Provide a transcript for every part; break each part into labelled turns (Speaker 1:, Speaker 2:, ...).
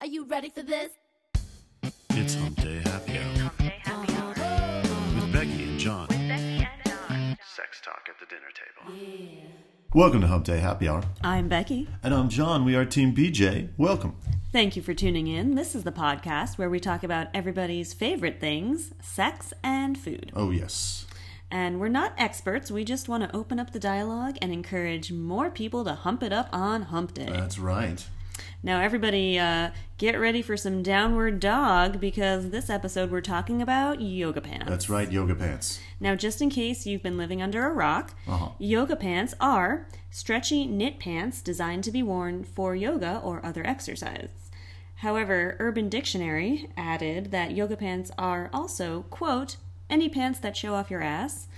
Speaker 1: Are you ready for this?
Speaker 2: It's Hump Day Happy Hour with Becky and John.
Speaker 3: Sex talk at the dinner table.
Speaker 2: Welcome to Hump Day Happy Hour.
Speaker 4: I'm Becky.
Speaker 2: And I'm John. We are Team BJ. Welcome.
Speaker 4: Thank you for tuning in. This is the podcast where we talk about everybody's favorite things sex and food.
Speaker 2: Oh, yes.
Speaker 4: And we're not experts, we just want to open up the dialogue and encourage more people to hump it up on Hump Day.
Speaker 2: That's right.
Speaker 4: now, everybody, uh, get ready for some downward dog because this episode we're talking about yoga pants.
Speaker 2: That's right, yoga pants.
Speaker 4: Now, just in case you've been living under a rock,
Speaker 2: Uh-huh.
Speaker 4: yoga pants are stretchy knit pants designed to be worn for yoga or other exercise. However, Urban Dictionary added that yoga pants are also, quote, any pants that show off your ass,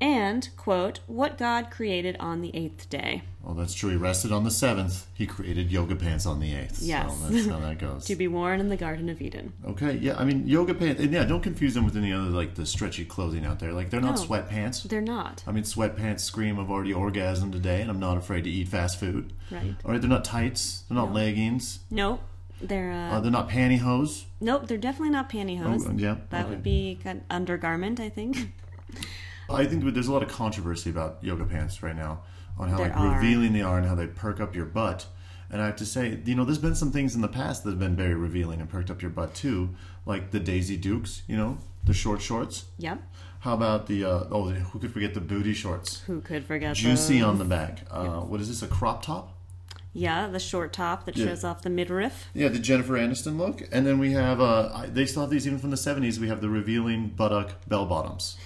Speaker 4: and, quote, what God created on the eighth day.
Speaker 2: Well, that's true. He rested on the 7th. He created yoga pants on the 8th.
Speaker 4: Yes.
Speaker 2: So that's how that goes.
Speaker 4: To be worn in the Garden of Eden.
Speaker 2: okay, yeah. I mean, yoga pants. And yeah, don't confuse them with any other, like, the stretchy clothing out there. Like, they're not
Speaker 4: No.
Speaker 2: sweatpants.
Speaker 4: They're not.
Speaker 2: I mean, sweatpants scream, I've already orgasmed today, and I'm not afraid to eat fast food.
Speaker 4: Right.
Speaker 2: All right, they're not tights. They're not leggings.
Speaker 4: Nope. They're, uh,
Speaker 2: Uh, they're not pantyhose.
Speaker 4: nope, they're definitely not pantyhose.
Speaker 2: Oh, yeah,
Speaker 4: That
Speaker 2: okay.
Speaker 4: would be kind of undergarment, I think.
Speaker 2: I think that there's a lot of controversy about yoga pants right now on how
Speaker 4: There
Speaker 2: like
Speaker 4: are.
Speaker 2: revealing they are and how they perk up your butt. And I have to say, you know, there's been some things in the past that have been very revealing and perked up your butt too, like the Daisy Dukes, you know, the short shorts.
Speaker 4: Yep.
Speaker 2: How about the uh, oh, who could forget the booty shorts?
Speaker 4: Who could forget
Speaker 2: Juicy
Speaker 4: those?
Speaker 2: on the back. Uh, what is this? A crop top?
Speaker 4: Yeah, the short top that
Speaker 2: Yeah.
Speaker 4: shows off the midriff.
Speaker 2: Yeah, the Jennifer Aniston look. And then we have uh, I- they still have these even from the '70s. We have the revealing buttock bell bottoms.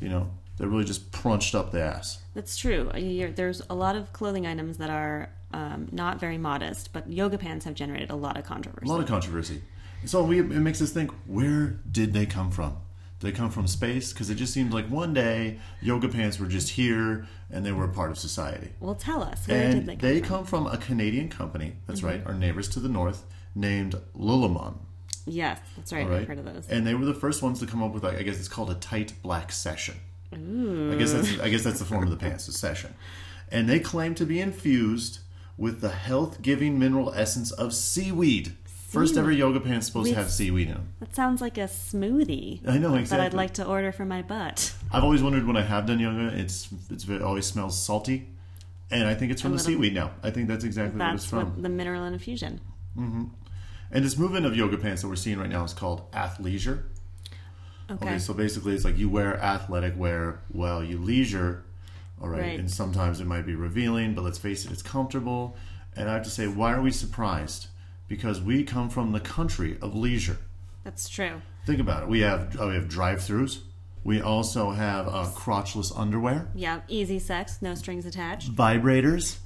Speaker 2: You know, they're really just crunched up the ass.
Speaker 4: That's true. Uh, You're, there's a lot of clothing items that are um, not very modest, but yoga pants have generated a lot of controversy.
Speaker 2: a lot of controversy. So we, it makes us think: Where did they come from? Did they come from space? Because it just seemed like one day yoga pants were just here and they were a part of society.
Speaker 4: well, tell us where
Speaker 2: and
Speaker 4: did they come
Speaker 2: they
Speaker 4: from? Mm-hmm.
Speaker 2: come from a Canadian company. That's right, our neighbors to the north, named Lululemon.
Speaker 4: Yes, that's right.
Speaker 2: All right,
Speaker 4: I've heard of those.
Speaker 2: and they were the first ones to come up with. like, I guess it's called a tight black session. I guess that's I guess that's the form of the pants, a session. And they claim to be infused with the health-giving mineral essence of seaweed. First ever yoga pants supposed to
Speaker 4: With-
Speaker 2: have seaweed in them.
Speaker 4: that sounds like a smoothie
Speaker 2: I know
Speaker 4: that
Speaker 2: exactly.
Speaker 4: I'd like to order for my butt.
Speaker 2: I've always wondered when I have done yoga, it's it's it always smells salty, and I think it's from the
Speaker 4: little-
Speaker 2: seaweed now. I think that's exactly what it's
Speaker 4: That's
Speaker 2: from.
Speaker 4: what the mineral infusion.
Speaker 2: And this movement of yoga pants that we're seeing right now is called athleisure.
Speaker 4: Okay.
Speaker 2: Okay, so basically it's like you wear athletic wear while you leisure. All right,
Speaker 4: Right.
Speaker 2: and sometimes it might be revealing, but let's face it, it's comfortable. And I have to say, why are we surprised? Because we come from the country of leisure.
Speaker 4: that's true.
Speaker 2: Think about it. We have uh, we have drive-throughs. We also have uh, crotchless underwear.
Speaker 4: Yeah, easy sex, no strings
Speaker 2: Mm.
Speaker 4: attached.
Speaker 2: vibrators,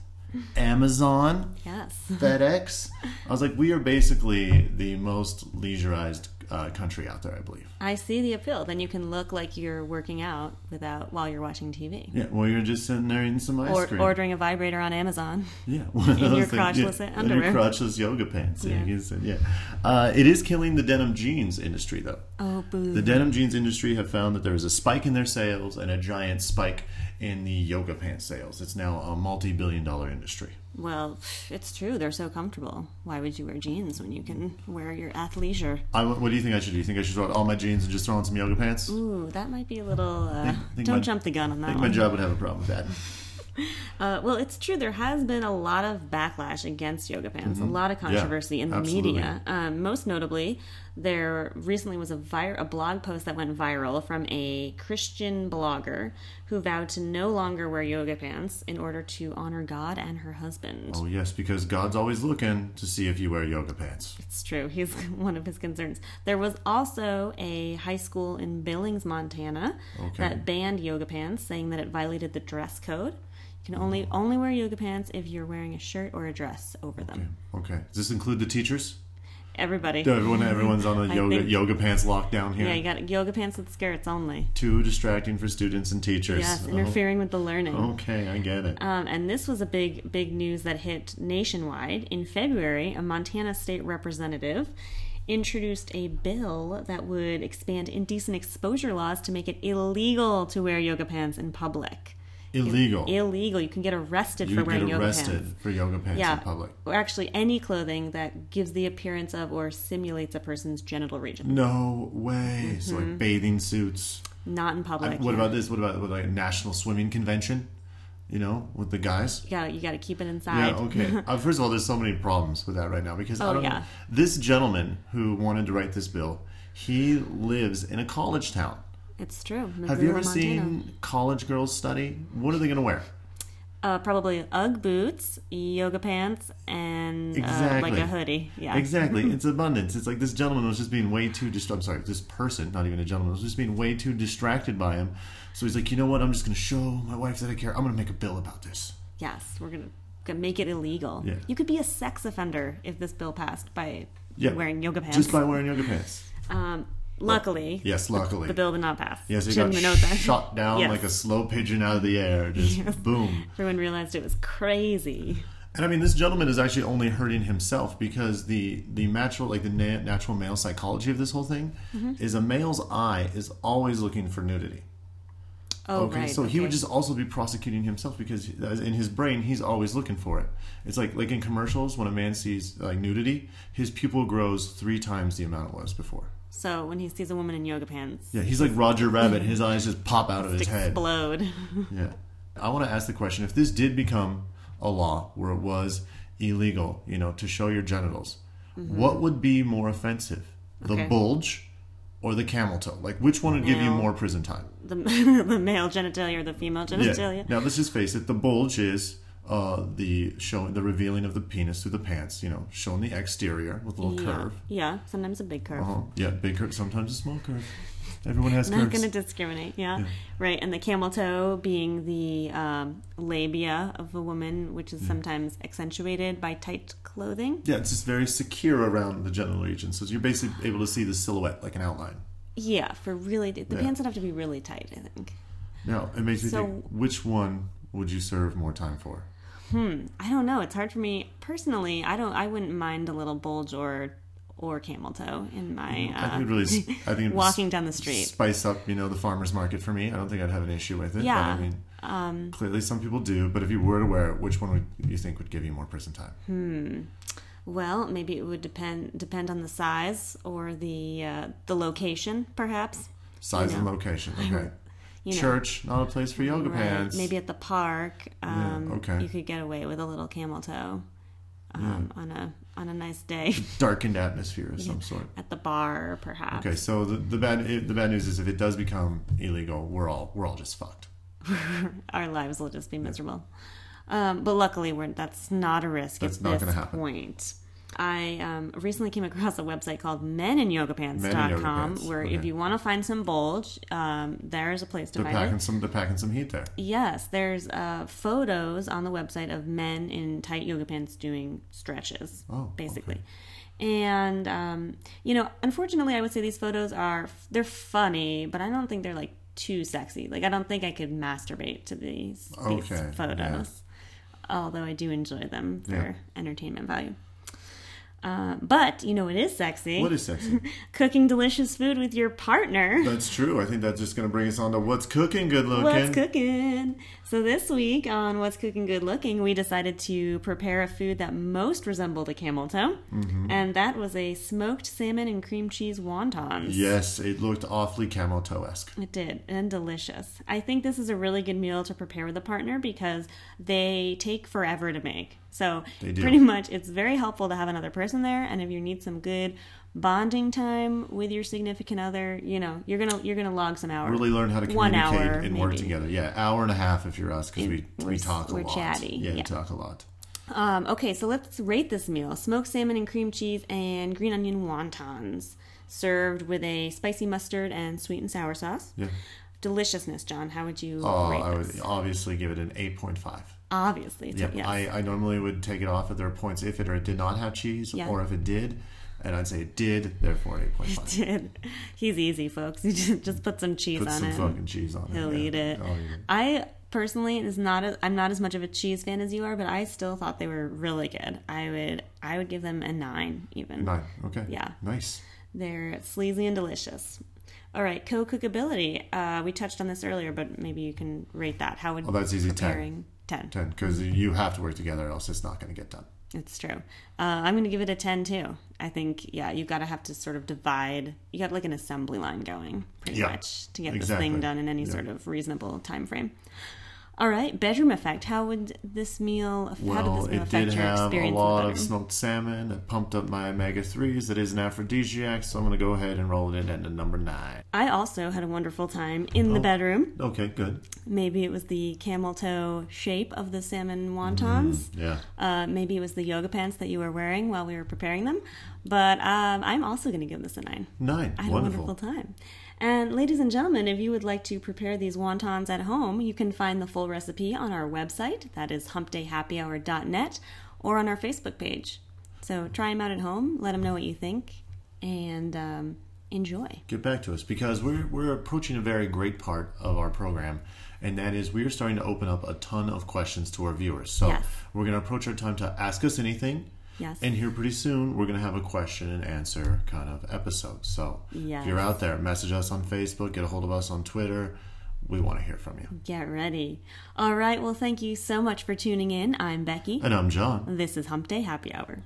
Speaker 2: Amazon,
Speaker 4: Yes.
Speaker 2: FedEx. I was like, we are basically the most leisureized uh, country out there, I believe.
Speaker 4: I see the appeal. Then you can look like you're working out without while you're watching TV.
Speaker 2: Yeah, well, you're just sitting there eating some ice
Speaker 4: or
Speaker 2: cream.
Speaker 4: ordering a vibrator on Amazon.
Speaker 2: yeah, one of
Speaker 4: in
Speaker 2: those
Speaker 4: your
Speaker 2: things, yeah,
Speaker 4: crotchless
Speaker 2: in your
Speaker 4: underwear.
Speaker 2: crotchless yoga pants. Yeah,
Speaker 4: Yeah.
Speaker 2: you can sit- yeah. Uh, it is killing the denim jeans industry, though.
Speaker 4: Oh, boo.
Speaker 2: The denim jeans industry have found that there is a spike in their sales and a giant spike in the yoga pants sales. It's now a multi-billion-dollar industry.
Speaker 4: well, it's true. They're so comfortable. Why would you wear jeans when you can wear your athleisure?
Speaker 2: I, what do you think I should do? You think I should throw out all my jeans and just throw on some yoga pants?
Speaker 4: Ooh, that might be a little. Uh,
Speaker 2: think
Speaker 4: don't
Speaker 2: my-
Speaker 4: jump the gun on
Speaker 2: I
Speaker 4: that
Speaker 2: think my
Speaker 4: one.
Speaker 2: job would have a problem with that.
Speaker 4: uh, well, it's true. There has been a lot of backlash against yoga pants, a lot of controversy in the
Speaker 2: Mm-hmm. absolutely.
Speaker 4: media. Um, most notably, there recently was a, vir- a blog post that went viral from a Christian blogger who vowed to no longer wear yoga pants in order to honor God and her husband.
Speaker 2: Oh yes, because God's always looking to see if you wear yoga pants.
Speaker 4: It's true. He's one of his concerns. There was also a high school in Billings, Montana,
Speaker 2: Okay.
Speaker 4: that banned yoga pants, saying that it violated the dress code. You can only only wear yoga pants if you're wearing a shirt or a dress over them.
Speaker 2: Okay. Does this include the teachers?
Speaker 4: Everybody,
Speaker 2: No, everyone, everyone's on a
Speaker 4: I
Speaker 2: yoga
Speaker 4: think-
Speaker 2: yoga pants lockdown here.
Speaker 4: yeah, you got yoga pants with skirts only.
Speaker 2: Too distracting for students and teachers.
Speaker 4: Yes, Oh,
Speaker 2: Oh,
Speaker 4: interfering with the learning.
Speaker 2: Okay, I get it.
Speaker 4: Um, and this was a big, big news that hit nationwide. In February, a Montana state representative introduced a bill that would expand indecent exposure laws to make it illegal to wear yoga pants in public.
Speaker 2: Illegal.
Speaker 4: Illegal. You can get arrested
Speaker 2: Oh. you
Speaker 4: for
Speaker 2: get
Speaker 4: wearing yoga
Speaker 2: arrested
Speaker 4: pants.
Speaker 2: for yoga pants in public.
Speaker 4: Or actually, any clothing that gives the appearance of or simulates a person's genital region.
Speaker 2: No way. So like bathing suits.
Speaker 4: Not in public.
Speaker 2: what
Speaker 4: Mm-hmm. yeah.
Speaker 2: about this? What about what, like a national swimming convention? You know, with the guys.
Speaker 4: You gotta, you gotta keep it inside.
Speaker 2: Yeah. Okay. uh, first of all, there's so many problems with that right now because I
Speaker 4: Oh,
Speaker 2: don't.
Speaker 4: yeah.
Speaker 2: This gentleman who wanted to write this bill, he lives in a college town.
Speaker 4: It's true.
Speaker 2: Have
Speaker 4: Missoula,
Speaker 2: you ever
Speaker 4: Montana.
Speaker 2: seen college girls study? What are they going to wear?
Speaker 4: Uh, probably UGG boots, yoga pants, and uh, like
Speaker 2: Exactly.
Speaker 4: a hoodie. Yeah.
Speaker 2: Exactly. It's abundance. It's like this gentleman was just being way too dist- I'm sorry, this person, not even a gentleman, was just being way too distracted by him. So he's like, you know what? I'm just going to show my wife that I care. I'm going to make a bill about this.
Speaker 4: Yes, we're gonna, gonna make it illegal.
Speaker 2: Yeah.
Speaker 4: You could be a sex offender if this bill passed by
Speaker 2: Yeah.
Speaker 4: wearing yoga pants.
Speaker 2: Just by wearing yoga pants.
Speaker 4: um, luckily,
Speaker 2: Yes, luckily.
Speaker 4: the bill did not pass.
Speaker 2: yes, it
Speaker 4: Shouldn't
Speaker 2: got
Speaker 4: have known that.
Speaker 2: shot down
Speaker 4: Yes.
Speaker 2: like a slow pigeon out of the air. Just boom.
Speaker 4: Everyone realized it was crazy.
Speaker 2: And I mean, this gentleman is actually only hurting himself because the the natural, like the na- natural male psychology of this whole thing,
Speaker 4: Mm-hmm.
Speaker 2: is a male's eye is always looking for nudity.
Speaker 4: Oh,
Speaker 2: okay,
Speaker 4: right.
Speaker 2: so he would
Speaker 4: okay.
Speaker 2: just also be prosecuting himself because as- in his brain he's always looking for it. It's like like in commercials when a man sees like nudity, his pupil grows three times the amount it was before.
Speaker 4: So when he sees a woman in yoga pants,
Speaker 2: Yeah, he's like Roger Rabbit. His eyes just pop out of his head.
Speaker 4: explode.
Speaker 2: Yeah. I want to ask the question if this did become a law where it was illegal, you know, to show your genitals, what would be more offensive? The
Speaker 4: Mm-hmm. Okay.
Speaker 2: bulge or the camel toe? Like, which one would give you
Speaker 4: No.
Speaker 2: more prison time?
Speaker 4: the, the male genitalia or the female genitalia.
Speaker 2: Now, let's just face it the bulge is. Uh, the showing the revealing of the penis through the pants, you know, showing the exterior with a little curve.
Speaker 4: Yeah, sometimes a big curve.
Speaker 2: Uh-huh. Yeah, big curve, sometimes a small curve. Everyone has
Speaker 4: Not
Speaker 2: curves.
Speaker 4: going to discriminate, yeah. Right, and the camel toe being the um, labia of a woman, which is
Speaker 2: Mm.
Speaker 4: sometimes accentuated by tight clothing.
Speaker 2: Yeah, it's just very secure around the genital region, so you're basically able to see the silhouette like an outline.
Speaker 4: Yeah, for really, the
Speaker 2: Yeah.
Speaker 4: pants would have to be really tight, I think.
Speaker 2: Now, it makes me
Speaker 4: So-
Speaker 2: think which one would you serve more time for?
Speaker 4: I don't know. It's hard for me personally. I don't. I wouldn't mind a little bulge or or camel toe in my.
Speaker 2: Mm, I
Speaker 4: Uh,
Speaker 2: think it really, s- I think it'd
Speaker 4: walking
Speaker 2: s-
Speaker 4: down the street.
Speaker 2: spice up, you know, the farmer's market for me. I don't think I'd have an issue with it. but
Speaker 4: Yeah, um,
Speaker 2: I mean, clearly some people do. But if you were to wear it, which one would you think would give you more prison time?
Speaker 4: Well, maybe it would depend depend on the size or the uh, the location, perhaps.
Speaker 2: Size
Speaker 4: you
Speaker 2: and
Speaker 4: know.
Speaker 2: location. Okay.
Speaker 4: You know.
Speaker 2: Church, not a place for yoga
Speaker 4: Right.
Speaker 2: pants.
Speaker 4: Maybe at the park. Um,
Speaker 2: okay.
Speaker 4: You could get away with a little camel toe um, on a on a nice day
Speaker 2: darkened atmosphere of some sort.
Speaker 4: at the bar, perhaps.
Speaker 2: Okay, so the, the bad it, the bad news is if it does become illegal, we're all we're all just fucked.
Speaker 4: Our lives will just be miserable. Um, but luckily, we're, that's not a risk
Speaker 2: That's
Speaker 4: at
Speaker 2: not
Speaker 4: this
Speaker 2: gonna happen.
Speaker 4: point. I um, recently came across a website called meninYogaPants.com,
Speaker 2: Men in yoga pants,
Speaker 4: where if
Speaker 2: okay.
Speaker 4: you want to find some bulge, um, there is a place to
Speaker 2: They're
Speaker 4: find it.
Speaker 2: packing some they're packing some heat there.
Speaker 4: Yes, there's uh, photos on the website of men in tight yoga pants doing stretches,
Speaker 2: Oh,
Speaker 4: basically. And um, you know, unfortunately, I would say these photos are they're funny, but I don't think they're like too sexy. Like I don't think I could masturbate to these these
Speaker 2: Okay, yeah.
Speaker 4: photos, although I do enjoy them for
Speaker 2: Yeah.
Speaker 4: entertainment value. Uh, but you know, it is sexy.
Speaker 2: What is sexy?
Speaker 4: cooking delicious food with your partner?
Speaker 2: That's true. I think that's just going to bring us on to what's cooking, good looking.
Speaker 4: What's cooking? So this week on What's Cooking Good Looking, we decided to prepare a food that most resembled a camel toe,
Speaker 2: Mm-hmm.
Speaker 4: and that was a smoked salmon and cream cheese wontons.
Speaker 2: Yes, it looked awfully camel toe esque.
Speaker 4: It did, and delicious. I think this is a really good meal to prepare with a partner because they take forever to make. So,
Speaker 2: They do.
Speaker 4: pretty much, it's very helpful to have another person there. And if you need some good bonding time with your significant other, you know, you're gonna you're gonna log some hours.
Speaker 2: Really learn how to
Speaker 4: One
Speaker 2: communicate
Speaker 4: hour,
Speaker 2: and work
Speaker 4: maybe.
Speaker 2: together. Yeah, hour and a half if you're us because we,
Speaker 4: we're-
Speaker 2: we talk a
Speaker 4: we're
Speaker 2: lot.
Speaker 4: chatty,
Speaker 2: Yeah, we
Speaker 4: yeah.
Speaker 2: talk a lot.
Speaker 4: Um, okay, so let's rate this meal: smoked salmon and cream cheese, and green onion wontons, served with a spicy mustard and sweet and sour sauce.
Speaker 2: Yeah.
Speaker 4: Deliciousness, John. How would you
Speaker 2: Oh,
Speaker 4: rate
Speaker 2: I
Speaker 4: this?
Speaker 2: would obviously give it an 8.5.
Speaker 4: Obviously, it's
Speaker 2: Yeah,
Speaker 4: yes.
Speaker 2: I, I normally would take it off at their points if it or it did not have cheese
Speaker 4: Yeah.
Speaker 2: or if it did. And I'd say it did, therefore 8.5.
Speaker 4: He's easy, folks. You just, just put some cheese
Speaker 2: Put
Speaker 4: on
Speaker 2: some
Speaker 4: it.
Speaker 2: fucking cheese on
Speaker 4: He'll
Speaker 2: it. yeah.
Speaker 4: eat it.
Speaker 2: I'll eat it.
Speaker 4: I personally is not. A, I'm not as much of a cheese fan as you are, but I still thought they were really good. I would. I would give them a nine, even.
Speaker 2: Nine. Okay.
Speaker 4: Yeah.
Speaker 2: Nice.
Speaker 4: They're sleazy and delicious. All right, co-cookability. Uh, we touched on this earlier, but maybe you can rate that. How would
Speaker 2: Well, Oh, that's easy, 10.
Speaker 4: preparing ten?
Speaker 2: Ten, because you have to work together, else it's not going to get done.
Speaker 4: It's true. Uh, I'm going to give it a 10 too. I think, yeah, you got to have to sort of divide. You got like an assembly line going pretty
Speaker 2: Yeah,
Speaker 4: much to get this
Speaker 2: exactly.
Speaker 4: thing done in any
Speaker 2: Yeah.
Speaker 4: sort of reasonable time frame. All right, bedroom effect. How would this meal? af- how did
Speaker 2: Well,
Speaker 4: this meal
Speaker 2: it
Speaker 4: affect
Speaker 2: did
Speaker 4: your
Speaker 2: have a
Speaker 4: experience
Speaker 2: lot
Speaker 4: in the
Speaker 2: of
Speaker 4: bedroom?
Speaker 2: smoked salmon. It pumped up my omega 3s. It is an aphrodisiac, so I'm going to go ahead and roll it in at a number nine.
Speaker 4: I also had a wonderful time in the
Speaker 2: Oh.
Speaker 4: bedroom.
Speaker 2: Okay, good.
Speaker 4: Maybe it was the camel toe shape of the salmon wontons.
Speaker 2: Yeah.
Speaker 4: Uh, maybe it was the yoga pants that you were wearing while we were preparing them. But um, I'm also going to give this a nine.
Speaker 2: Nine.
Speaker 4: I had
Speaker 2: Wonderful.
Speaker 4: a wonderful time. And ladies and gentlemen, if you would like to prepare these wontons at home, you can find the full recipe on our website, that is humpdayhappyhour.net, or on our Facebook page. So try them out at home, let them know what you think, and um, enjoy.
Speaker 2: Get back to us because we're, we're approaching a very great part of our program, and that is we are starting to open up a ton of questions to our viewers. So
Speaker 4: Yes.
Speaker 2: we're going to approach our time to ask us anything.
Speaker 4: Yes.
Speaker 2: And here pretty soon, we're going to have a question and answer kind of episode. So
Speaker 4: Yes.
Speaker 2: if you're out there, message us on Facebook, get a hold of us on Twitter. We want to hear from you.
Speaker 4: Get ready. All right, well, thank you so much for tuning in. I'm Becky.
Speaker 2: And I'm John.
Speaker 4: This is Hump Day Happy Hour.